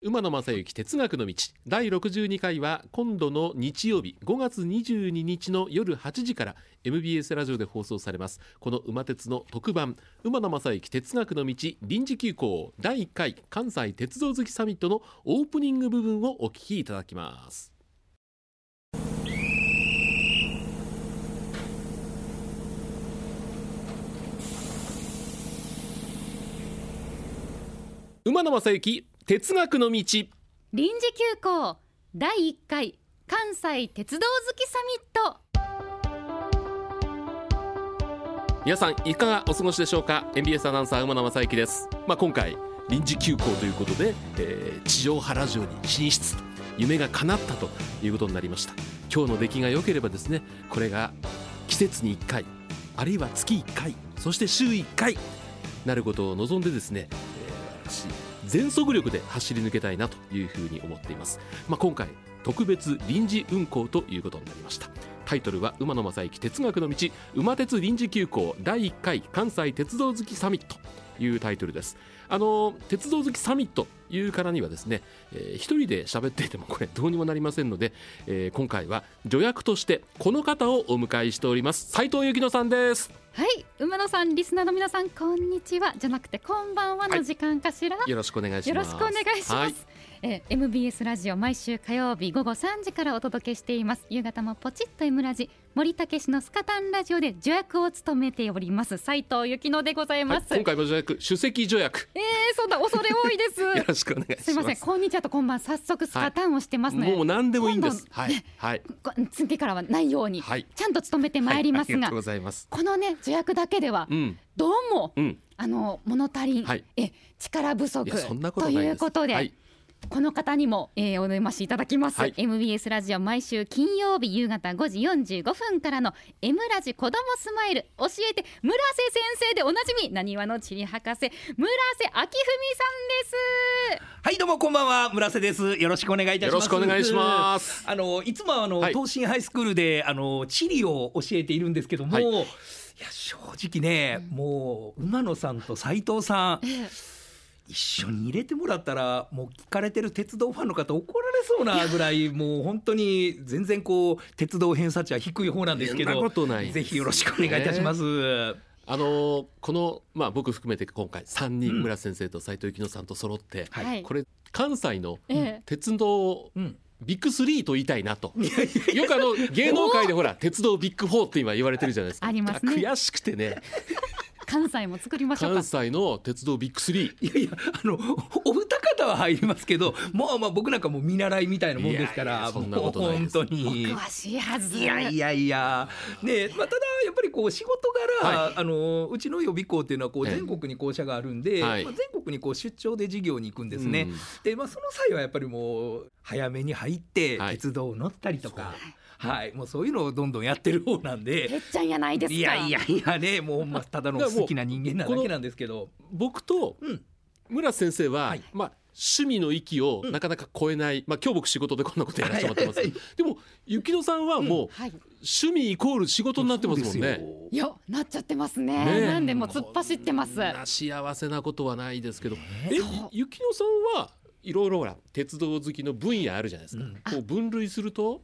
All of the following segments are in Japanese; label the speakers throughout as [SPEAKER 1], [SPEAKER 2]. [SPEAKER 1] 馬野正幸哲学の道第62回は今度の日曜日5月22日の夜8時から MBS ラジオで放送されますこの馬鉄の特番馬野正幸哲学の道臨時休校第1回関西鉄道好きサミットのオープニング部分をお聞きいただきます馬野正幸哲学の道
[SPEAKER 2] 臨時休校第1回関西鉄道好きサミット
[SPEAKER 1] 皆さんいかがお過ごしでしょうか MBS アナウンサー馬野正幸ですまあ今回臨時休校ということで、えー地上波ラジオに進出夢が叶ったということになりました今日の出来が良ければですねこれが季節に1回あるいは月1回そして週1回なることを望んでですね、えー私全速力で走り抜けたいなというふうに思っています、まあ、今回特別臨時運行ということになりましたタイトルは馬野正幸哲学の道馬鉄臨時急行第1回関西鉄道好きサミットというタイトルですあの鉄道好きサミットいうからにはですね、えー一人で喋っていてもこれどうにもなりませんので、えー今回は助役としてこの方をお迎えしております斉藤幸乃さんです
[SPEAKER 2] はい馬野さんリスナーの皆さんこんにちはじゃなくてこんばんは
[SPEAKER 1] はい
[SPEAKER 2] の時間かしら、
[SPEAKER 1] よろしくお願いし
[SPEAKER 2] よろ
[SPEAKER 1] ます
[SPEAKER 2] しくお願いします、
[SPEAKER 1] はい
[SPEAKER 2] えー MBS ラジオ毎週火曜日午後3時からお届けしています夕方もポチッと M ラジ森武氏のスカタンラジオで助役を務めております斉藤幸乃でござ
[SPEAKER 1] はい
[SPEAKER 2] います、
[SPEAKER 1] 今回も助役首席助役
[SPEAKER 2] えー、そんな恐れ多いで
[SPEAKER 1] よ
[SPEAKER 2] す
[SPEAKER 1] ろしくお願 いします
[SPEAKER 2] すいませんこんにちはとこんばん早速スカタンをしてますので、
[SPEAKER 1] もう何でもいいんです
[SPEAKER 2] 今。度
[SPEAKER 1] はい、はい、
[SPEAKER 2] こ次からはないように、
[SPEAKER 1] はい
[SPEAKER 2] ちゃんと務めてまいります
[SPEAKER 1] はいありが
[SPEAKER 2] が、
[SPEAKER 1] とうございます。
[SPEAKER 2] このね助役だけでは
[SPEAKER 1] うん、
[SPEAKER 2] どうも、
[SPEAKER 1] うん、
[SPEAKER 2] あの物足りん、
[SPEAKER 1] はい
[SPEAKER 2] え力不
[SPEAKER 1] い
[SPEAKER 2] 足
[SPEAKER 1] や、そんなこと
[SPEAKER 2] と
[SPEAKER 1] ないです。
[SPEAKER 2] いうことで、
[SPEAKER 1] はい、
[SPEAKER 2] この方にも、えー、お電話しいただきます、
[SPEAKER 1] はい
[SPEAKER 2] MBS ラジオ毎週金曜日夕方5時45分からの「M ラジ子どもスマイル」教えて村瀬先生でおなじみなにわの地理博士村瀬明文さんです
[SPEAKER 3] はいどうもこんばんは村瀬ですよろしくお願いいたしま
[SPEAKER 1] よ
[SPEAKER 3] す
[SPEAKER 1] ろしくお願いします
[SPEAKER 3] あのいつもあの、
[SPEAKER 1] はい
[SPEAKER 3] 東進ハイスクールであの地理を教えているんですけども、
[SPEAKER 1] はい
[SPEAKER 3] い、や正直ね、もう馬野さんと斉藤さん一緒に入れてもらったらもう聞かれてる鉄道ファンの方怒られそうなぐらいもう本当に全然こう鉄道偏差値は低い方なんですけ
[SPEAKER 1] そんな
[SPEAKER 3] ど
[SPEAKER 1] ことないです
[SPEAKER 3] ぜひよろしくお願いいたします、
[SPEAKER 1] あのーこの、まあ、僕含めて今回三人、
[SPEAKER 3] うん
[SPEAKER 1] 村瀬先生と斉藤幸乃さんと揃って。
[SPEAKER 3] はい
[SPEAKER 1] これ、関西の
[SPEAKER 2] ええ
[SPEAKER 1] 鉄道
[SPEAKER 3] うん
[SPEAKER 1] ビッグスリーと言いたいなと。よくあの芸能界でほら、鉄道ビッグフォーって今言われてるじゃないですか。
[SPEAKER 2] ありますね
[SPEAKER 1] 悔しくて ね、
[SPEAKER 2] 関西も作りましょうか
[SPEAKER 1] 関西の鉄道ビッグスリー。
[SPEAKER 3] いやいやあの おお二方は入りますけどもうまあ僕なんかもう見習いみたいなもんですか
[SPEAKER 1] いやい
[SPEAKER 3] ら
[SPEAKER 1] やそ
[SPEAKER 3] も
[SPEAKER 1] んなこ
[SPEAKER 3] う
[SPEAKER 1] とないで
[SPEAKER 3] 本
[SPEAKER 1] す
[SPEAKER 3] 当に。
[SPEAKER 2] 詳しいはず
[SPEAKER 3] いやいやいや、ねまあ、ただやっぱりこう仕事柄、
[SPEAKER 1] はい
[SPEAKER 3] あのうちの予備校っていうのはこう
[SPEAKER 1] ええ
[SPEAKER 3] 全国に校舎があるんで、
[SPEAKER 1] はい
[SPEAKER 3] まあ、全国にこう出張で授業に行くんですね、
[SPEAKER 1] うん
[SPEAKER 3] で、まあ、その際はやっぱりもう早めに入って
[SPEAKER 1] はい
[SPEAKER 3] 鉄道乗ったりとか、はいもうそういうのをどんどんやってる方なん
[SPEAKER 2] て
[SPEAKER 3] で
[SPEAKER 2] っちゃんやないですか
[SPEAKER 3] いやいやいやねもうほんまただの好きな人間なだけなんですけど。
[SPEAKER 1] 僕と
[SPEAKER 3] うん
[SPEAKER 1] 村瀬先生は、
[SPEAKER 3] はい
[SPEAKER 1] まあ趣味の域をなかなか超えない、まあ今日僕仕事でこんなことやらせてもらってますけど、
[SPEAKER 3] はい
[SPEAKER 1] でも雪乃さんはもう
[SPEAKER 2] はい
[SPEAKER 1] 趣味イコール仕事になってますもんね。
[SPEAKER 2] いやなっちゃってますね
[SPEAKER 1] ねえ
[SPEAKER 2] なんでもう突っ走ってます
[SPEAKER 1] こんな幸せなことはないですけど、え
[SPEAKER 2] そう
[SPEAKER 1] 雪乃さんはいろいろほら鉄道好きの分野あるじゃないですか。
[SPEAKER 3] うん
[SPEAKER 1] こう分類すると、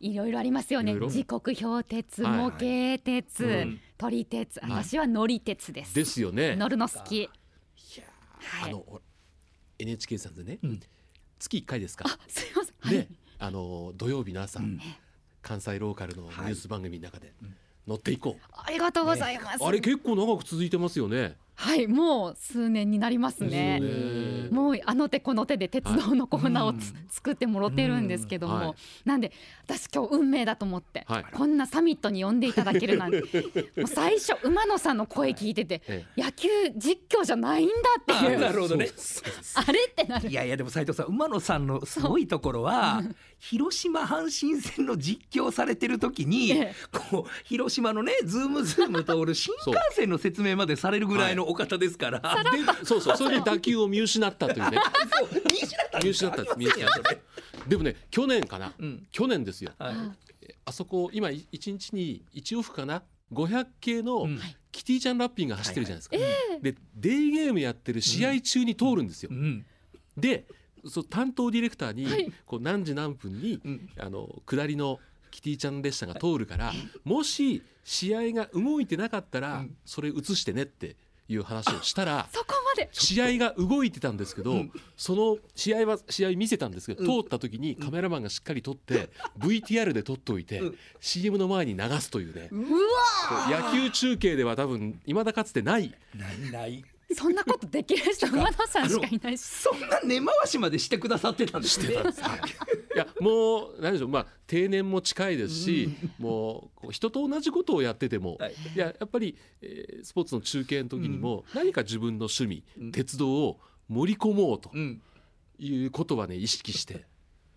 [SPEAKER 2] いろいろありますよね
[SPEAKER 1] いろいろ
[SPEAKER 2] 時刻表鉄
[SPEAKER 1] はいはい
[SPEAKER 2] 模型鉄、
[SPEAKER 1] うん
[SPEAKER 2] 撮り鉄
[SPEAKER 1] い
[SPEAKER 2] 私は乗り鉄です、
[SPEAKER 1] ですよね。
[SPEAKER 2] 乗るの好き
[SPEAKER 1] いやー
[SPEAKER 2] はい
[SPEAKER 1] あのほら NHK さんでね、
[SPEAKER 3] うん
[SPEAKER 1] 月1回ですか。
[SPEAKER 2] あすいません、はい
[SPEAKER 1] ね、あの土曜日の朝、
[SPEAKER 3] うん
[SPEAKER 1] 関西ローカルのニュース番組の中で
[SPEAKER 3] うん
[SPEAKER 1] 乗っていこう。
[SPEAKER 2] ありがとうございます、
[SPEAKER 1] あれ結構長く続いてますよね。
[SPEAKER 2] はいもう数年になりますね
[SPEAKER 1] そうね
[SPEAKER 2] もうあの手この手で鉄道のコーナーをつ、
[SPEAKER 3] うん
[SPEAKER 2] 作ってもろてるんですけども、
[SPEAKER 1] うんはい
[SPEAKER 2] なんで私今日運命だと思って、
[SPEAKER 1] はい
[SPEAKER 2] こんなサミットに呼んでいただけるなん てもう最初馬野さんの声聞いてて、
[SPEAKER 1] え
[SPEAKER 2] 野球実況じゃないんだってい
[SPEAKER 3] あ
[SPEAKER 2] う
[SPEAKER 3] なるほどね
[SPEAKER 1] そうそうそう
[SPEAKER 2] あれってなる
[SPEAKER 3] いやいやでも斉藤さん馬野さんのすごいところは広島阪神戦の実況されてる時に
[SPEAKER 2] ええ
[SPEAKER 3] こう広島のねズームズーム通る新幹線の説明までされるぐらいのお方ですから。
[SPEAKER 1] でそうそうそれで打球を見失ったという ね
[SPEAKER 3] そう西田さん
[SPEAKER 1] 見失ったんです見失ったんですでもね去年かな、
[SPEAKER 3] うん
[SPEAKER 1] 去年ですよ
[SPEAKER 3] はい
[SPEAKER 1] あそこ今い一日に1往復かな500系の
[SPEAKER 3] うん
[SPEAKER 1] キティちゃんラッピーが走ってるじゃないですか、でデーゲームやってる試合中に通るんですよ、
[SPEAKER 3] うん
[SPEAKER 1] でそう担当ディレクターに、
[SPEAKER 2] はい
[SPEAKER 1] こう何時何分に
[SPEAKER 3] うん
[SPEAKER 1] あの下りのキティちゃん列車が通るから、もし試合が動いてなかったら、
[SPEAKER 3] うん
[SPEAKER 1] それ映してねっていう話をしたら
[SPEAKER 2] そこまで
[SPEAKER 1] 試合が動いてたんですけど、
[SPEAKER 3] うん
[SPEAKER 1] その試合は試合見せたんですけど、
[SPEAKER 3] うん
[SPEAKER 1] 通った時にカメラマンがしっかり撮って、VTR で撮っておいて、
[SPEAKER 3] うん
[SPEAKER 1] CM の前に流すというね、
[SPEAKER 2] うわ
[SPEAKER 1] 野球中継では多分いまだかつてない
[SPEAKER 3] ないない
[SPEAKER 2] そんなことできる人馬野さんしかいない し
[SPEAKER 3] そんな根回しまでしてくださってたんですね
[SPEAKER 1] してたんですねいやもう何でしょうまあ定年も近いですし、もうこう人と同じことをやってても、
[SPEAKER 3] はい
[SPEAKER 1] い、ややっぱり、えースポーツの中継の時にも、何か自分の趣味、
[SPEAKER 3] うん
[SPEAKER 1] 鉄道を盛り込もうと
[SPEAKER 3] うん
[SPEAKER 1] いうことはね意識して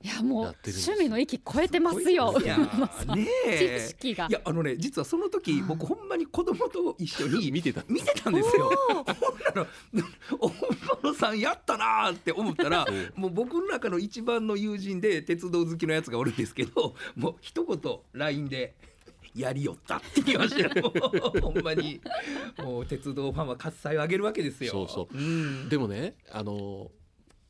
[SPEAKER 2] いやもう
[SPEAKER 1] やってるんです
[SPEAKER 2] 趣味の域超えてますよ
[SPEAKER 3] いやね
[SPEAKER 2] 知
[SPEAKER 3] え
[SPEAKER 2] 識が
[SPEAKER 3] いやあのね実はその時僕ほんまに子供と一緒 に
[SPEAKER 1] 見てたん
[SPEAKER 3] 見てたんですよ。ほんな らお本さんやったなーって思っ たら
[SPEAKER 1] うん
[SPEAKER 3] もう僕の中の一番の友人で鉄道好きのやつがおるんですけどもう一言 LINE で。やりよったって言いましたよ。 もうほんまに。もう鉄道ファンは喝采を上げるわけですよ。
[SPEAKER 1] そうそう
[SPEAKER 3] うん。
[SPEAKER 1] でもねあの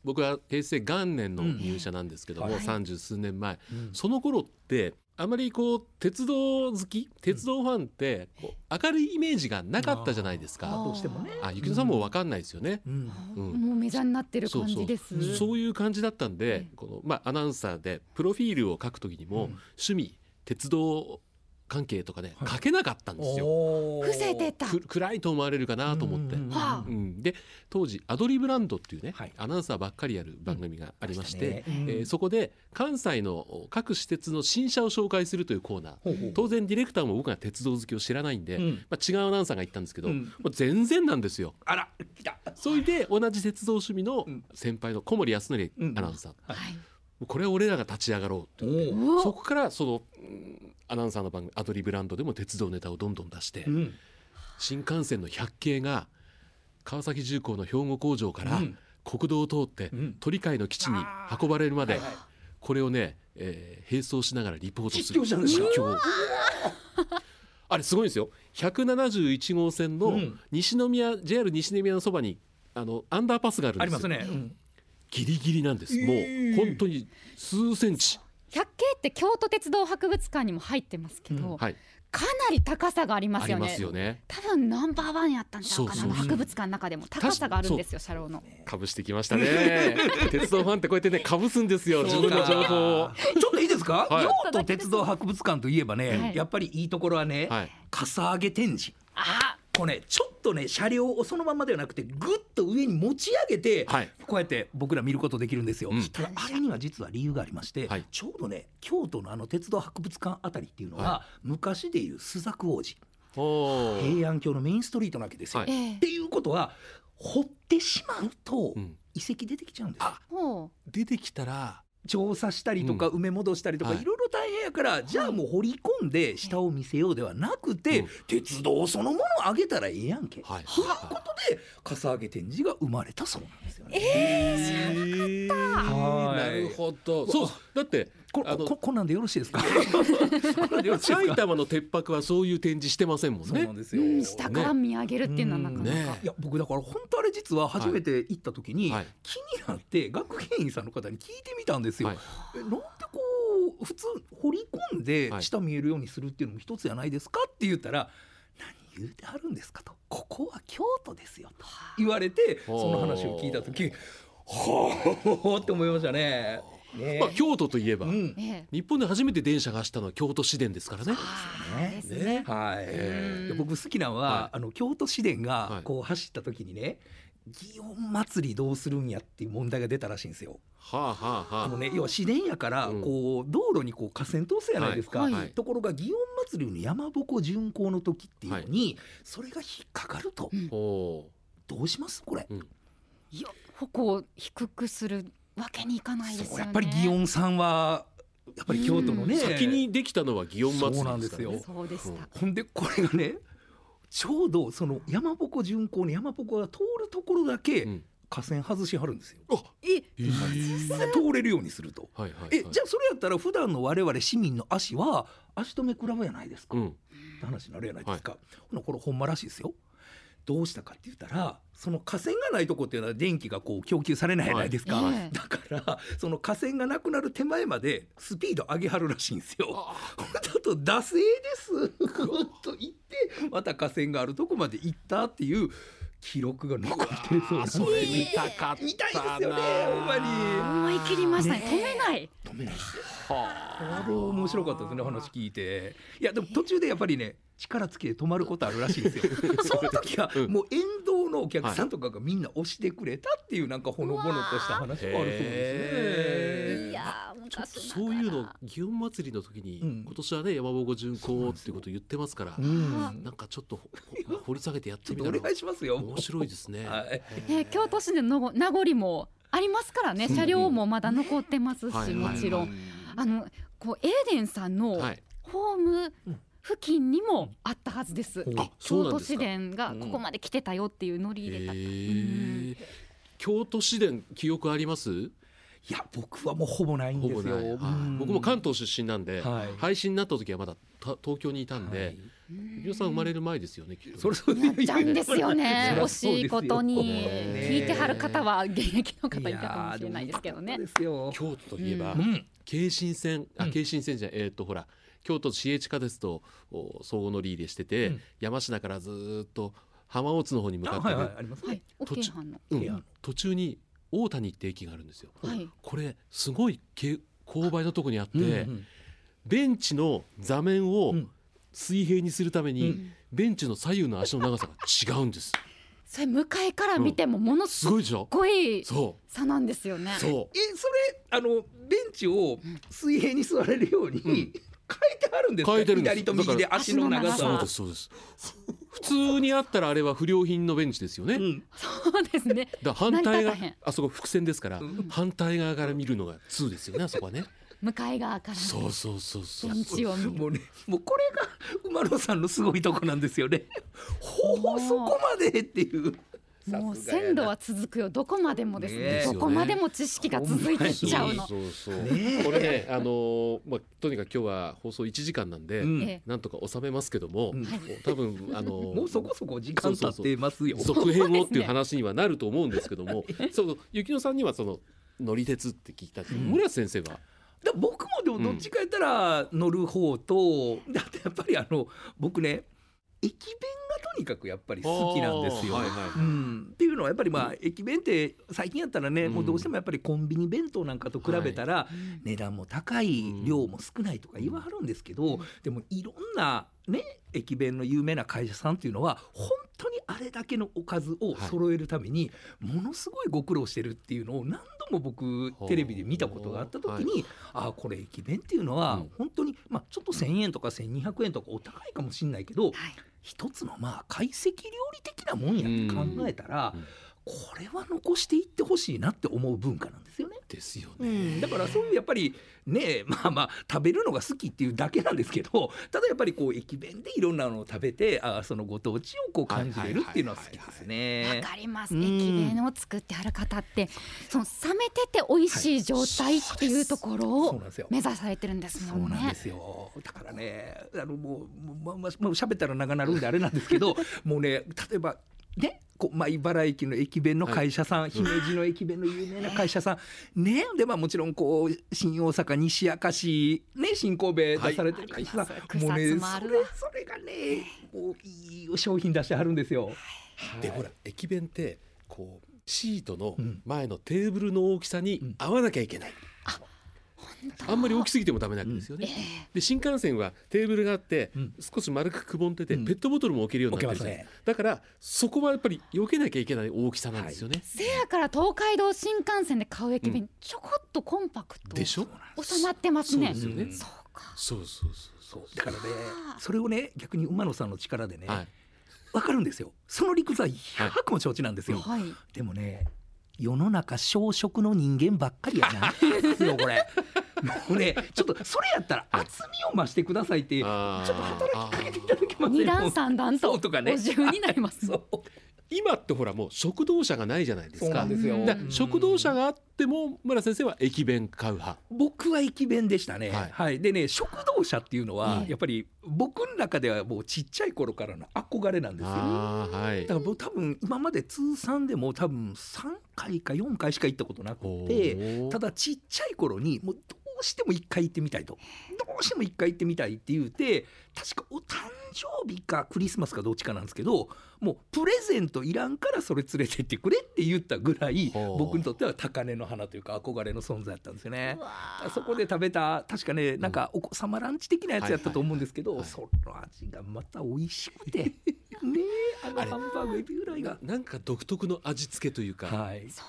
[SPEAKER 1] 僕は平成元年の入社なんですけど
[SPEAKER 3] うん
[SPEAKER 1] も
[SPEAKER 3] はい
[SPEAKER 1] 三十、数年前
[SPEAKER 3] うん
[SPEAKER 1] その頃ってあまりこう鉄道好き鉄道ファンってこう明るいイメージがなかったじゃないです
[SPEAKER 2] あー
[SPEAKER 1] か。
[SPEAKER 3] どうしてもね。
[SPEAKER 1] あ、ゆきのさんもわかんないですよね。
[SPEAKER 3] うん。
[SPEAKER 1] うん
[SPEAKER 2] もうメジャーになってる感じです
[SPEAKER 3] そう
[SPEAKER 1] そういう感じだったんで
[SPEAKER 2] え、え
[SPEAKER 1] このまあアナウンサーでプロフィールを書くときにも、
[SPEAKER 3] うん
[SPEAKER 1] 趣味鉄道関係とかね、
[SPEAKER 3] はい
[SPEAKER 1] 書けなかったんですよ。
[SPEAKER 3] おー
[SPEAKER 2] 伏せてた
[SPEAKER 1] く暗いと思われるかなと思って。
[SPEAKER 3] うん
[SPEAKER 2] はあ
[SPEAKER 1] うんで当時アドリブランドっていうね、
[SPEAKER 3] はい
[SPEAKER 1] アナウンサーばっかりやる番組がありまして、
[SPEAKER 3] ねうん
[SPEAKER 1] えーそこで関西の各施設の新車を紹介するというコーナー
[SPEAKER 3] ほうほう
[SPEAKER 1] 当然ディレクターも僕が鉄道好きを知らないんで、
[SPEAKER 3] うん
[SPEAKER 1] まあ、違うアナウンサーが言ったんですけど、
[SPEAKER 3] うん
[SPEAKER 1] もう全然なんですよ。
[SPEAKER 3] あら来た。
[SPEAKER 1] それで同じ鉄道趣味の
[SPEAKER 3] うん
[SPEAKER 1] 先輩の小森康則アナウンサー、
[SPEAKER 2] はい
[SPEAKER 1] これは俺らが立ち上がろうと
[SPEAKER 3] お
[SPEAKER 2] お
[SPEAKER 1] そこからそのうんアナウンサーの番組アドリブランドでも鉄道ネタをどんどん出して、
[SPEAKER 3] うん。
[SPEAKER 1] 新幹線の百景が川崎重工の兵庫工場から
[SPEAKER 3] うん
[SPEAKER 1] 国道を通って
[SPEAKER 3] うん
[SPEAKER 1] 鳥海の基地に運ばれるま
[SPEAKER 3] は
[SPEAKER 1] で
[SPEAKER 3] いはい
[SPEAKER 1] これをね、えー並走しながらリポートする
[SPEAKER 3] 実況したんですか
[SPEAKER 1] 実況あれすごいんですよ171号線
[SPEAKER 3] う
[SPEAKER 1] の
[SPEAKER 3] ん
[SPEAKER 1] 西宮 JR 西宮のそばにあのアンダーパスがあるん
[SPEAKER 3] あ
[SPEAKER 1] で
[SPEAKER 3] り
[SPEAKER 1] すよ
[SPEAKER 3] ますね。うん
[SPEAKER 1] ギリギリなんです、
[SPEAKER 3] えー
[SPEAKER 1] もう本当に数センチ
[SPEAKER 2] 百景って京都鉄道博物館にも入ってますけど、
[SPEAKER 1] はい
[SPEAKER 2] かなり高さがありま
[SPEAKER 1] あ
[SPEAKER 2] す
[SPEAKER 1] り
[SPEAKER 2] よ
[SPEAKER 1] ま
[SPEAKER 2] ね
[SPEAKER 1] すよね
[SPEAKER 2] 多分ナンバーワンやったんちゃうかな
[SPEAKER 1] そうそうそう
[SPEAKER 2] あの博物館の中でも高さがあるんですよ車両の
[SPEAKER 1] かぶしてきましたね鉄道ファンってこうやってねかぶすんですよ自分の情報を
[SPEAKER 3] ちょっといいですか、
[SPEAKER 1] はい
[SPEAKER 3] 京都鉄道博物館といえばね、
[SPEAKER 2] はい
[SPEAKER 3] やっぱりいいところはね、
[SPEAKER 1] はい
[SPEAKER 3] かさ上げ展示
[SPEAKER 2] あ
[SPEAKER 3] これねちょっとね車両をそのまんまではなくてぐっと上に持ち上げて、
[SPEAKER 1] はい
[SPEAKER 3] こうやって僕ら見ることできるんですよ、
[SPEAKER 1] うん
[SPEAKER 3] ただあれには実は理由がありまして、
[SPEAKER 1] はい
[SPEAKER 3] ちょうどね京都のあの鉄道博物館あたりっていうのは、
[SPEAKER 1] は
[SPEAKER 3] 昔でいう朱雀王子
[SPEAKER 1] おー
[SPEAKER 3] 平安京のメインストリートなわけですよ。
[SPEAKER 1] はい
[SPEAKER 2] え
[SPEAKER 3] っ
[SPEAKER 2] え
[SPEAKER 3] ていうことは掘ってしまうと、
[SPEAKER 1] うん
[SPEAKER 3] 遺跡出てきちゃうんですよ
[SPEAKER 2] も
[SPEAKER 1] 出てきたら
[SPEAKER 3] 調査したりとか埋め戻したりとか
[SPEAKER 1] はい
[SPEAKER 3] いろいろ大変やからじゃあもう掘り込んで下を見せようではなく
[SPEAKER 1] う
[SPEAKER 3] て
[SPEAKER 1] ん
[SPEAKER 3] 鉄道そのものを上げたらええやんけ。
[SPEAKER 1] はい
[SPEAKER 3] ということでかさ上げ展示が生まれたそうなんですよね。
[SPEAKER 1] えー
[SPEAKER 3] はい
[SPEAKER 1] なるほどそうだって
[SPEAKER 3] こ
[SPEAKER 1] あの
[SPEAKER 3] こ こんなんでよろしいですか。こんなんでよろしいです
[SPEAKER 1] 埼
[SPEAKER 3] か。
[SPEAKER 1] 玉の鉄泊はそういう展示してませんもん
[SPEAKER 3] そうな
[SPEAKER 1] ね
[SPEAKER 3] んです
[SPEAKER 2] う、
[SPEAKER 3] よ。
[SPEAKER 2] うん、下から見上げるっていうのはなかなか、
[SPEAKER 1] ね
[SPEAKER 3] いや僕だから本当あれ実は初めて行った時に
[SPEAKER 1] はい
[SPEAKER 3] 気になって学芸員さんの方に聞いてみたんですよ。
[SPEAKER 1] はい
[SPEAKER 3] えなんでこう普通掘り込んで
[SPEAKER 1] はい
[SPEAKER 3] 下見えるようにするっていうのも一つじゃないですかって言ったら「何言うてはるんですか」と「ここは京都ですよ」と言われてそ
[SPEAKER 1] ほう
[SPEAKER 3] の話を聞いた時「ほう」って思いましたね。ね
[SPEAKER 1] まあ京都といえば
[SPEAKER 3] うん
[SPEAKER 2] ええ
[SPEAKER 1] 日本で初めて電車が走ったのは京都市電ですからね
[SPEAKER 2] ああですね
[SPEAKER 3] ねはい
[SPEAKER 1] え
[SPEAKER 2] ー
[SPEAKER 3] で僕好きなのは、
[SPEAKER 1] はい
[SPEAKER 3] あの京都市電
[SPEAKER 1] は
[SPEAKER 3] が
[SPEAKER 1] い
[SPEAKER 3] こう走った時にね祇園祭りどうするんやっていう問題が出たらしいんですよ。
[SPEAKER 1] はあはあは
[SPEAKER 3] あ
[SPEAKER 1] あ
[SPEAKER 3] のね、要は市電やから、
[SPEAKER 1] うん
[SPEAKER 3] こう道路にこう河川通すやないですか、
[SPEAKER 1] はいはい
[SPEAKER 3] ところが祇園祭りの山鉾巡行の時っていうのに、それが引っかかると、
[SPEAKER 2] うん
[SPEAKER 1] お
[SPEAKER 3] どうしますこれ、
[SPEAKER 2] いや矛を低くするわけにいかないです
[SPEAKER 3] そ
[SPEAKER 2] よ
[SPEAKER 3] う
[SPEAKER 2] ね
[SPEAKER 3] やっぱり祇園さんはやっぱり京都のね、
[SPEAKER 2] うん
[SPEAKER 1] 先にできたのは祇園
[SPEAKER 3] そうな
[SPEAKER 1] 祭
[SPEAKER 3] ん
[SPEAKER 1] りで
[SPEAKER 3] で
[SPEAKER 1] すか
[SPEAKER 3] す
[SPEAKER 1] ら
[SPEAKER 3] よ
[SPEAKER 1] ね
[SPEAKER 2] そうでした、
[SPEAKER 3] ほんでこれがねちょうどその山鉾巡行の山鉾が通るところだけ、
[SPEAKER 1] うん
[SPEAKER 3] 河川外しはるんですよ。
[SPEAKER 1] あ
[SPEAKER 2] え
[SPEAKER 1] えー
[SPEAKER 3] で通れるようにすると。
[SPEAKER 1] はいはいはい
[SPEAKER 3] えじゃあそれやったら普段の我々市民の足は足止め食らうやないですか、
[SPEAKER 1] うん
[SPEAKER 3] って話になるやないですか、ほなこれほんまらしいですよどうしたかって言ったらその河川がないとこっていうのは電気がこう供給されないじゃないですか、
[SPEAKER 2] はいええ
[SPEAKER 3] だからその河川がなくなる手前までスピード上げはるらしいんですよ。これだと惰性ですぐっと行ってまた河川があるとこまで行ったっていう記録が残ってるそうなん
[SPEAKER 1] あ
[SPEAKER 3] です
[SPEAKER 1] それ見たかったな
[SPEAKER 3] 見たいですよねほんまに
[SPEAKER 2] 思い切りましたね止めない
[SPEAKER 3] 止めないです
[SPEAKER 1] はあ
[SPEAKER 3] あれ面白かったですね話聞いていやでも途中でやっぱりね力つけて止まることあるらしいん ですよその時は
[SPEAKER 1] うん
[SPEAKER 3] もう沿道のお客さんとかがみんな押してくれたっていうなんかほのぼのとした話もあるそうで
[SPEAKER 1] へ
[SPEAKER 3] すね
[SPEAKER 1] え
[SPEAKER 2] いやー
[SPEAKER 1] ちょっと
[SPEAKER 2] 昔な
[SPEAKER 1] そういうの
[SPEAKER 2] がら
[SPEAKER 1] 祇園祭りの時に、
[SPEAKER 3] うん
[SPEAKER 1] 今年はね山ぼこ巡行っていうことを言ってますから
[SPEAKER 3] う
[SPEAKER 2] あ
[SPEAKER 3] ん
[SPEAKER 1] なんかちょっとほ ほ掘り下げてやって
[SPEAKER 3] ちょ
[SPEAKER 1] み
[SPEAKER 3] っと
[SPEAKER 1] たら
[SPEAKER 3] お願いしますよ
[SPEAKER 1] 面白いですね。
[SPEAKER 3] はい
[SPEAKER 2] えー京都市での名残もありますからね
[SPEAKER 1] うん
[SPEAKER 2] 車両もまだ残ってます
[SPEAKER 1] はい
[SPEAKER 2] しもちろ
[SPEAKER 1] は
[SPEAKER 2] ん
[SPEAKER 1] い
[SPEAKER 2] あのこうエーデンさんの
[SPEAKER 1] はい
[SPEAKER 2] ホーム
[SPEAKER 3] うん
[SPEAKER 2] 付近にもあったはずです
[SPEAKER 3] うん
[SPEAKER 1] あそう
[SPEAKER 2] 京
[SPEAKER 1] なん
[SPEAKER 2] 都
[SPEAKER 1] です
[SPEAKER 2] 市
[SPEAKER 1] か。
[SPEAKER 2] 電がここまで来てたよっていう乗り入れたり
[SPEAKER 1] へえ京都市電記憶あります？
[SPEAKER 3] いや僕はもうほぼないん
[SPEAKER 1] ほ
[SPEAKER 3] で
[SPEAKER 1] ぼ
[SPEAKER 3] す
[SPEAKER 1] ない。
[SPEAKER 3] よ
[SPEAKER 1] は
[SPEAKER 3] う
[SPEAKER 1] い
[SPEAKER 3] ん
[SPEAKER 1] 僕も関東出身なんで、
[SPEAKER 3] はい
[SPEAKER 1] 配信になった時はまだた東京にいたん
[SPEAKER 3] は
[SPEAKER 1] で
[SPEAKER 3] い、
[SPEAKER 1] ゆうさん生まれる前ですよね。きっと
[SPEAKER 3] それそれ
[SPEAKER 2] ちゃうんですよね
[SPEAKER 3] そり
[SPEAKER 2] 惜
[SPEAKER 3] ゃそうです
[SPEAKER 2] し
[SPEAKER 3] よ
[SPEAKER 2] いことに
[SPEAKER 1] ね
[SPEAKER 2] 聞いてはる方は現役の方いたかもしれないですけど
[SPEAKER 3] いや
[SPEAKER 2] ね
[SPEAKER 3] ーでも良かったです
[SPEAKER 1] 京
[SPEAKER 3] よ
[SPEAKER 1] 都といえば、
[SPEAKER 3] うん
[SPEAKER 1] 京神線あ
[SPEAKER 3] うん
[SPEAKER 1] 京神線じゃないえーっとほら京都市営地下鉄とお相互乗り入れしてて、
[SPEAKER 3] うん
[SPEAKER 1] 山科からずーっと浜大津の方に向か
[SPEAKER 3] あ
[SPEAKER 1] って
[SPEAKER 3] はい
[SPEAKER 1] る、
[SPEAKER 3] はいあります
[SPEAKER 2] は
[SPEAKER 3] ね
[SPEAKER 2] い、オッケー班の
[SPEAKER 1] う
[SPEAKER 3] いや
[SPEAKER 1] ん、途中に大谷って駅があるんですよ。
[SPEAKER 2] はい
[SPEAKER 1] これすごいけ勾配のとこにあって、
[SPEAKER 3] うんうん
[SPEAKER 1] ベンチの座面を
[SPEAKER 3] うん
[SPEAKER 1] 水平にするために、
[SPEAKER 3] うん
[SPEAKER 1] ベンチの左右の足の長さが違うんです。
[SPEAKER 2] それ向かいから見てもものす
[SPEAKER 1] すごいでしょ。
[SPEAKER 2] ごい
[SPEAKER 1] そ
[SPEAKER 2] 差なんですよね
[SPEAKER 1] う、そ
[SPEAKER 3] えそれあのベンチを水平に座れるように、
[SPEAKER 1] ん
[SPEAKER 3] 変えてあるんですか
[SPEAKER 1] 変えてるんです
[SPEAKER 3] 左と右で足の
[SPEAKER 1] う、
[SPEAKER 3] 長
[SPEAKER 2] 足
[SPEAKER 1] そう
[SPEAKER 2] の
[SPEAKER 3] さ
[SPEAKER 1] です、そうです。普通にあったらあれは不良品のベンチですよね。
[SPEAKER 3] うん
[SPEAKER 2] そうですね
[SPEAKER 1] だから反対
[SPEAKER 2] 成り立た
[SPEAKER 1] が
[SPEAKER 2] へん
[SPEAKER 1] あそこ伏線ですから、
[SPEAKER 3] うん
[SPEAKER 1] 反対側から見るのが通ですよねあそこはね
[SPEAKER 2] 向かい側から
[SPEAKER 1] そうそうそうそう
[SPEAKER 2] ベンチを見る
[SPEAKER 3] もうねもうこれが馬野さんのすごいとこなんですよねほうそこまでっていう
[SPEAKER 2] もう鮮度は続くよどこまでもですね
[SPEAKER 3] ねえ
[SPEAKER 2] どこまでも知識が続いていっちゃうの、
[SPEAKER 1] そうそうそう
[SPEAKER 3] ねえ
[SPEAKER 1] これねあのーまあとにかく今日は放送1時間なんで、
[SPEAKER 3] うん
[SPEAKER 2] え
[SPEAKER 1] なんとか収めますけども、
[SPEAKER 3] うん
[SPEAKER 1] 多分あのー
[SPEAKER 3] もうそこそこ時間経ってますよ
[SPEAKER 1] 続編をっていう話にはなると思うんですけど も、そう雪乃さんにはその乗り鉄って聞いたけど、
[SPEAKER 3] うん
[SPEAKER 1] 村瀬先生は、
[SPEAKER 3] だから僕もでもどっちかやったら乗る方と、だってやっぱりあの僕ね駅弁がとにかくやっぱり好きなんですよ。
[SPEAKER 1] あーはいはい
[SPEAKER 3] うん、っていうのはやっぱりまあ駅弁って最近やったらね、
[SPEAKER 1] うん
[SPEAKER 3] もうどうしてもやっぱりコンビニ弁当なんかと比べたら、値段も高い、
[SPEAKER 1] うん
[SPEAKER 3] 量も少ないとか言わはるんですけど、でもいろんなね駅弁の有名な会社さんっていうのは本当にあれだけのおかずを揃えるためにものすごいご苦労してるっていうのを何度も僕
[SPEAKER 1] ほう
[SPEAKER 3] テレビで見たことがあった時に、ああこれ駅弁っていうのは
[SPEAKER 1] うん
[SPEAKER 3] 本当に、まあ、ちょっと1,000円とか1,200円とかお高いかもしれないけど
[SPEAKER 2] はい
[SPEAKER 3] 一つのまあ懐石料理的なもんやって考えたら、
[SPEAKER 1] うんうん
[SPEAKER 3] これは残していってほしいなって思う文化なんですよね。
[SPEAKER 1] ですよね、
[SPEAKER 3] だからそういうやっぱりねまあまあ食べるのが好きっていうだけなんですけどただやっぱりこう駅弁でいろんなのを食べてあそのご当地をこう感じれるっていうのは好きです
[SPEAKER 2] わ
[SPEAKER 3] ね。
[SPEAKER 2] かります、
[SPEAKER 3] うん
[SPEAKER 2] 駅弁を作ってある方ってその冷めてて美味しい状態っていうところ
[SPEAKER 3] そう
[SPEAKER 2] を
[SPEAKER 3] なんですよ
[SPEAKER 2] 目指されてるんです
[SPEAKER 3] そ
[SPEAKER 2] も
[SPEAKER 3] うんなんで
[SPEAKER 2] ね。
[SPEAKER 3] すよだからねあのもうもうまあまあもう喋ったら長なるんであれなんですけど もうね例えばねこう米原駅の駅弁の会社さん、姫路の駅弁の有名な会社さん、ねでまあもちろんこう新大阪西明石ね新神戸出されてる会社さん、
[SPEAKER 2] あります
[SPEAKER 3] もう
[SPEAKER 2] 草津
[SPEAKER 3] ねそれ
[SPEAKER 2] もあるわ
[SPEAKER 3] それがねもういい商品出してはるんですよ。
[SPEAKER 1] でほら駅弁ってこうシートの
[SPEAKER 3] うん
[SPEAKER 1] 前のテーブルの大きさに合わなきゃいけない、あんまり大きすぎてもダメなんですよね、で新幹線はテーブルがあって、
[SPEAKER 3] うん
[SPEAKER 1] 少し丸くくぼんでて、
[SPEAKER 3] うん
[SPEAKER 1] ペットボトルも置けるようになってるじゃん
[SPEAKER 3] 置けます
[SPEAKER 1] だからそこはやっぱり避けなきゃいけない大きさなんですよね、
[SPEAKER 2] せやから東海道新幹線で買う駅弁、ちょこっとコンパクト
[SPEAKER 1] でしょ
[SPEAKER 2] 収まってますね。
[SPEAKER 1] そうですよね
[SPEAKER 2] そうか
[SPEAKER 1] そうそうそう
[SPEAKER 3] そうだからね
[SPEAKER 2] あ
[SPEAKER 3] それをね逆に馬野さんの力でね、
[SPEAKER 1] そうはい
[SPEAKER 3] わかるんですよその理屈は100も承知なんですよ。
[SPEAKER 2] はい、
[SPEAKER 3] でもね世の中小食の人間ばっかりやなんですよこれもうねちょっとそれやったら厚みを増してくださいってちょっと
[SPEAKER 1] あー
[SPEAKER 3] 働きかけていただけません
[SPEAKER 2] 二段三段
[SPEAKER 3] そ
[SPEAKER 2] と
[SPEAKER 3] うとかね
[SPEAKER 2] お重になります。
[SPEAKER 3] そう
[SPEAKER 1] 今ってほらもう食堂車がないじゃないです
[SPEAKER 3] そうな
[SPEAKER 1] か
[SPEAKER 3] んですよ
[SPEAKER 1] だから食堂車があっても村先生は駅弁買う派
[SPEAKER 3] 僕は駅弁でしたね、
[SPEAKER 1] は
[SPEAKER 3] はいいでね食堂車っていうのは
[SPEAKER 1] ええ
[SPEAKER 3] やっぱり僕の中ではもうちっちゃい頃からの憧れなんですよだ
[SPEAKER 1] ああはい
[SPEAKER 3] から僕多分今まで通算でも多分3回か4回しか行ったことなくて
[SPEAKER 1] ほう
[SPEAKER 3] ただちっちゃい頃にもうどうしても1回行ってみたいとどうしても1回行ってみたいって言うて確かお誕生日かクリスマスかどっちかなんですけどもうプレゼントいらんからそれ連れてってくれって言ったぐらい
[SPEAKER 1] ほう
[SPEAKER 3] 僕にとっては高嶺の花というか憧れの存在だったんですよね。
[SPEAKER 2] うわ
[SPEAKER 3] あそこで食べた確かねなんかお子様ランチ的なやつやったと思うんですけど、
[SPEAKER 1] はいはい
[SPEAKER 3] その味がまた美味し くてねえあの
[SPEAKER 1] あれ
[SPEAKER 3] ハンバーグエビフライが
[SPEAKER 1] ななんか独特の味付けというか、
[SPEAKER 3] はい
[SPEAKER 2] そ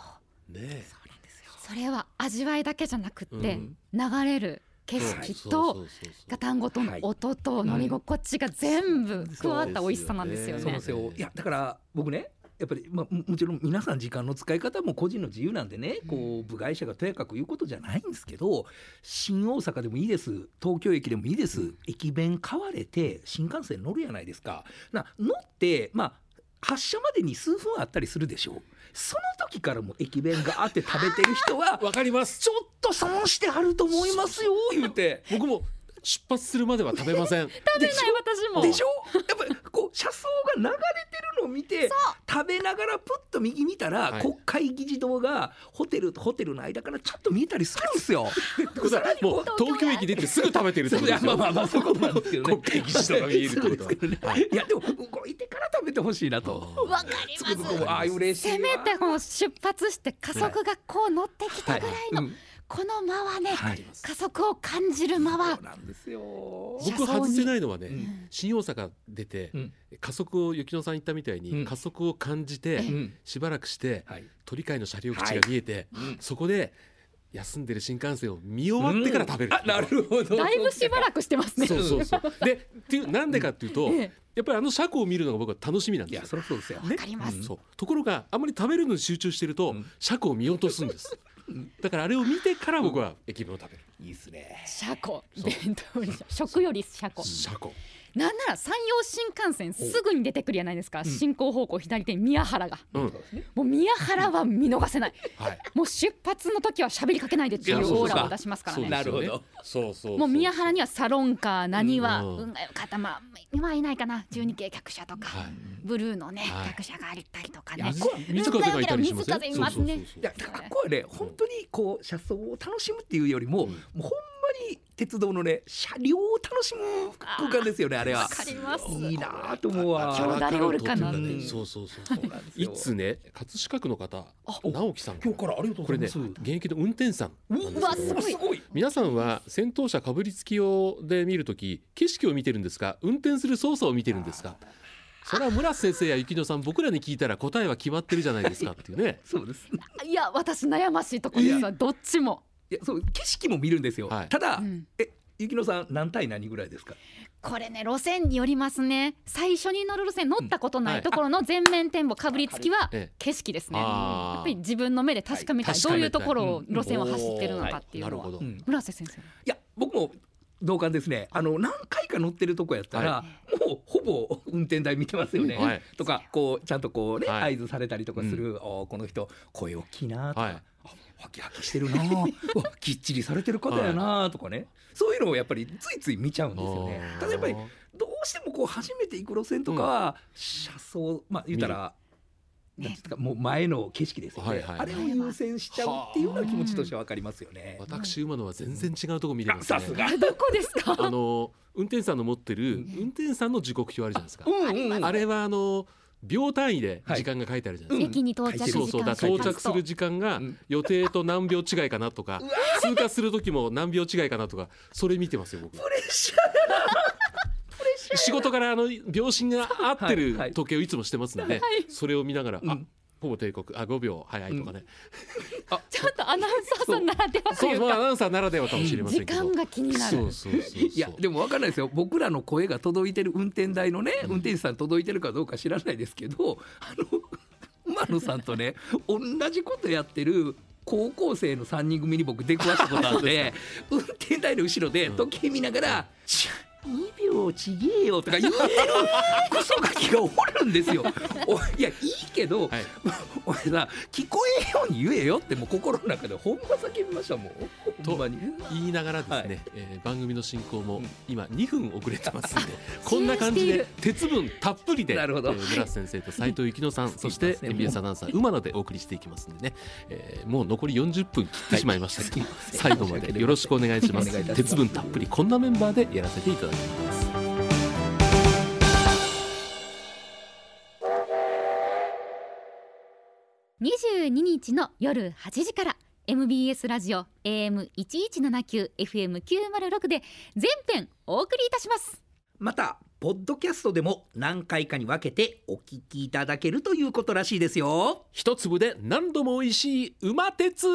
[SPEAKER 2] う
[SPEAKER 1] ねえ
[SPEAKER 3] そうなんですよ
[SPEAKER 2] それは味わいだけじゃなくって
[SPEAKER 1] うん
[SPEAKER 2] 流れる景
[SPEAKER 1] そう
[SPEAKER 2] 色
[SPEAKER 1] そ
[SPEAKER 2] と
[SPEAKER 1] うそうそう
[SPEAKER 2] ガタンゴトンの音と乗り心地が全部加わった美味しさなんですよ
[SPEAKER 1] う
[SPEAKER 2] ね。
[SPEAKER 3] そうなんですよいやだから僕ねやっぱり、まあ、ももちろん皆さん時間の使い方も個人の自由なんでねこう部外者がとやかく言うことじゃないんですけど新大阪でもいいです東京駅でもいいです駅弁買われて新幹線乗るやないですか。な乗ってまあ発車までに数分あったりするでしょうその時からもう駅弁があって食べてる人 は
[SPEAKER 1] わかります
[SPEAKER 3] ちょっと損してはると思いますよ言うて。
[SPEAKER 1] 僕も出発するまでは食べません
[SPEAKER 2] 食べない私も
[SPEAKER 3] でしょやっぱりこう車窓が流れてるのを見て食べながらプッと右見たら、
[SPEAKER 1] はい
[SPEAKER 3] 国会議事堂がホテルとホテルの間からちょっと見えたりするんですよ。
[SPEAKER 1] ってことはもう東京駅出てすぐ食べてるって
[SPEAKER 3] そ
[SPEAKER 1] こと
[SPEAKER 3] うい
[SPEAKER 1] で
[SPEAKER 3] や
[SPEAKER 1] す
[SPEAKER 3] まあ
[SPEAKER 1] よ
[SPEAKER 3] まあまあそういうことなんですけどね。
[SPEAKER 1] 国会議事堂が見えるってことは
[SPEAKER 3] そうですけどねいやでも動いてから食べてほしいなと。
[SPEAKER 1] あー
[SPEAKER 2] わかり
[SPEAKER 3] つ
[SPEAKER 2] ま
[SPEAKER 3] く
[SPEAKER 2] す
[SPEAKER 3] づくもああ嬉しいわ。
[SPEAKER 2] せめてこう出発して加速がこう乗ってきたぐらいの
[SPEAKER 3] うん
[SPEAKER 2] この間はね
[SPEAKER 3] はい
[SPEAKER 2] 加速を感じる間は
[SPEAKER 3] そうなんですよ。
[SPEAKER 1] 僕外せないのはね、
[SPEAKER 3] うん
[SPEAKER 1] 新大阪出て、
[SPEAKER 3] うん
[SPEAKER 1] 加速を雪乃さん言ったみたいに、
[SPEAKER 3] うん
[SPEAKER 1] 加速を感じて、
[SPEAKER 3] うん
[SPEAKER 1] しばらくして
[SPEAKER 3] はい。
[SPEAKER 1] 鳥海の車両口が見えて、
[SPEAKER 3] うん
[SPEAKER 1] そこで休んでる新幹線を見終わってから食べる、
[SPEAKER 3] あなるほど。
[SPEAKER 2] だいぶしばらくしてますね。
[SPEAKER 1] そうそうそうでっていうなんでかっていうと、
[SPEAKER 2] ええ
[SPEAKER 1] やっぱりあの車庫を見るのが僕は楽しみなん
[SPEAKER 3] い
[SPEAKER 1] ですよ
[SPEAKER 3] やそりゃそうですよ。
[SPEAKER 2] わかります。
[SPEAKER 1] そうところがあんまり食べるのに集中してると、
[SPEAKER 3] うん
[SPEAKER 1] 車庫を見落とすんですだからあれを見てから僕は駅弁を食べる、
[SPEAKER 3] いいですね。
[SPEAKER 2] 車庫伝統に食より車庫
[SPEAKER 1] 車庫
[SPEAKER 2] なんなら山陽新幹線すぐに出てくるじゃないですか進行方向左手に宮原が
[SPEAKER 1] うん
[SPEAKER 2] もう宮原は見逃せない
[SPEAKER 1] はい
[SPEAKER 2] もう出発の時は喋りかけないでってい
[SPEAKER 3] いや
[SPEAKER 2] う
[SPEAKER 3] そう
[SPEAKER 2] オ
[SPEAKER 3] か
[SPEAKER 2] ーラを出しますから
[SPEAKER 1] そう
[SPEAKER 2] ね
[SPEAKER 1] ですよ
[SPEAKER 3] な
[SPEAKER 1] ね
[SPEAKER 3] るほど
[SPEAKER 1] そうそうそう
[SPEAKER 2] もう宮原にはサロンカー何は
[SPEAKER 1] うん
[SPEAKER 2] 運が良かったまあ今はいないかな12系客車とか、
[SPEAKER 1] はい
[SPEAKER 2] ブルーのね、
[SPEAKER 1] はい
[SPEAKER 2] 客車があったりとかね
[SPEAKER 1] 水水風がいたりしますね
[SPEAKER 2] 水風いますね
[SPEAKER 1] そうそうそうそう
[SPEAKER 3] いやだからここはね本当にこう車窓を楽しむっていうよりも,、
[SPEAKER 1] うん
[SPEAKER 3] もうほんまに鉄道のね車両を楽しむ空間ですよねあれは。
[SPEAKER 2] わかります
[SPEAKER 3] いいなぁと思うわ。
[SPEAKER 2] 今日だ誰おるかな
[SPEAKER 1] うん
[SPEAKER 3] うん
[SPEAKER 1] そうそうそうそう
[SPEAKER 3] なんです
[SPEAKER 1] い
[SPEAKER 3] よ
[SPEAKER 1] つね葛飾区の方直樹さん
[SPEAKER 3] 今日からありがとう
[SPEAKER 1] こ
[SPEAKER 3] ござ
[SPEAKER 1] れ
[SPEAKER 3] い
[SPEAKER 1] ね
[SPEAKER 3] ます。
[SPEAKER 1] 現役の運転手さんなんです
[SPEAKER 2] うわ
[SPEAKER 1] けど
[SPEAKER 2] すごい
[SPEAKER 3] すごい。
[SPEAKER 1] 皆さんは先頭車かぶりつき用で見るとき景色を見てるんですか運転する操作を見てるんですかそれは村瀬先生や雪乃さん僕らに聞いたら答えは決まってるじゃないですかっていうね
[SPEAKER 3] そうです。
[SPEAKER 2] いや私悩ましいとこですわどっちも
[SPEAKER 3] いやそう景色も見るんですよ。
[SPEAKER 1] はい
[SPEAKER 3] ただ、
[SPEAKER 2] うん
[SPEAKER 3] え雪乃さん何対何ぐらいですか。
[SPEAKER 2] これね路線によりますね最初に乗る路線乗ったことな
[SPEAKER 1] はい
[SPEAKER 2] いところの全面展望かぶりつきは
[SPEAKER 1] ええ
[SPEAKER 2] 景色ですね、
[SPEAKER 1] あー
[SPEAKER 2] やっぱり自分の目で確かめたい、
[SPEAKER 1] はい
[SPEAKER 2] どういうところを
[SPEAKER 3] 確かめたい
[SPEAKER 2] 路線を走ってるのかっていう
[SPEAKER 1] なる
[SPEAKER 2] のは、
[SPEAKER 1] ほど、
[SPEAKER 3] うん
[SPEAKER 2] 村瀬先生
[SPEAKER 3] いや僕も同感ですねあの何回か乗ってるとこやったら、
[SPEAKER 1] は
[SPEAKER 3] もうほぼ運転台見てますよね、
[SPEAKER 1] はい
[SPEAKER 3] とかこうちゃんとこうね、
[SPEAKER 1] はい
[SPEAKER 3] 合図されたりとかする、おーこの人声大きいなとか、
[SPEAKER 1] はい
[SPEAKER 3] あハキハキして るなうわきっちりされてる方やなとかね、そういうのをやっぱりついつい見ちゃうんですよね
[SPEAKER 1] あー
[SPEAKER 3] ただやっぱりどうしてもこう初めて行く路線とかは、車窓まあ言ったら。
[SPEAKER 2] 見る
[SPEAKER 3] なんていうんですかもう前の景色ですよね、
[SPEAKER 1] はいはい
[SPEAKER 3] あれを優先しちゃうっていうのは気持ちとしてはわかりますよね。
[SPEAKER 1] 私馬のは全然違うとこ見れ
[SPEAKER 3] あ
[SPEAKER 1] ます
[SPEAKER 3] さ
[SPEAKER 1] ね
[SPEAKER 3] すが
[SPEAKER 2] あどこですか
[SPEAKER 1] あの運転手さんの持ってる
[SPEAKER 3] うん
[SPEAKER 1] 運転手さんの時刻表あるじゃないですか、
[SPEAKER 3] うんうんうん
[SPEAKER 1] あれはあの秒単位で時間が書いてあるじゃないですか、
[SPEAKER 2] 駅
[SPEAKER 3] うん
[SPEAKER 2] に到着時間
[SPEAKER 1] そうそうだから
[SPEAKER 3] 書い
[SPEAKER 1] 到
[SPEAKER 3] てる
[SPEAKER 1] 着する時間が
[SPEAKER 3] うん
[SPEAKER 1] 予定と何秒違いかなとか通過する時も何秒違いかなとかそれ見てますよ僕
[SPEAKER 3] プレッシャー
[SPEAKER 1] 仕事からあの秒針が合って
[SPEAKER 3] はいは
[SPEAKER 1] る
[SPEAKER 3] い
[SPEAKER 1] 時計をいつもしてますのでそれを見ながら
[SPEAKER 3] うん
[SPEAKER 1] あほぼ帝国あ5秒早いとかね
[SPEAKER 2] ちょっとアナウンサーさんならではと
[SPEAKER 1] そ
[SPEAKER 2] いうう
[SPEAKER 1] まあア
[SPEAKER 2] か
[SPEAKER 1] ナウンサーならではかもしれません
[SPEAKER 2] 時
[SPEAKER 1] けど
[SPEAKER 2] 間が気になる
[SPEAKER 1] そうそうそうそう
[SPEAKER 3] いやでも分かんないですよ僕らの声が届いてる運転台のね運転手さん届いてるかどうか知らないですけどあの馬野さんとね同じことやってる高校生の3人組に僕出くわしたことあって運転台の後ろで時計見ながら「ちゃ2秒よちげえよとか言ってるクソガキがおる んですよ。おいやいいけど、
[SPEAKER 1] はい
[SPEAKER 3] 俺さ聞こえんように言えよってもう心の中でほんま叫びましたもん。ほんまに。
[SPEAKER 1] 言いながらですね、
[SPEAKER 3] はい
[SPEAKER 1] えー番組の進行も
[SPEAKER 3] うん
[SPEAKER 1] 今2分遅れてます んで、こんな感じで鉄分たっぷりで、
[SPEAKER 3] なるほど
[SPEAKER 1] えー村瀬先生と斉藤幸乃さん、そし
[SPEAKER 3] いい
[SPEAKER 1] て
[SPEAKER 3] ですね
[SPEAKER 1] MBS アナウンサー馬野でお送りしていきますんでね、えーもう残り40分切ってしまいました けど、最後までよろしくお願いします
[SPEAKER 3] お願いいたします
[SPEAKER 1] 鉄分たっぷりこんなメンバーでやらせていただきます
[SPEAKER 2] 22日の夜8時から MBS ラジオ AM1179FM906 で全編お送りいたします
[SPEAKER 3] またポッドキャストでも何回かに分けてお聞きいただけるということらしいですよ。
[SPEAKER 1] 一粒で何度も美味しい馬鉄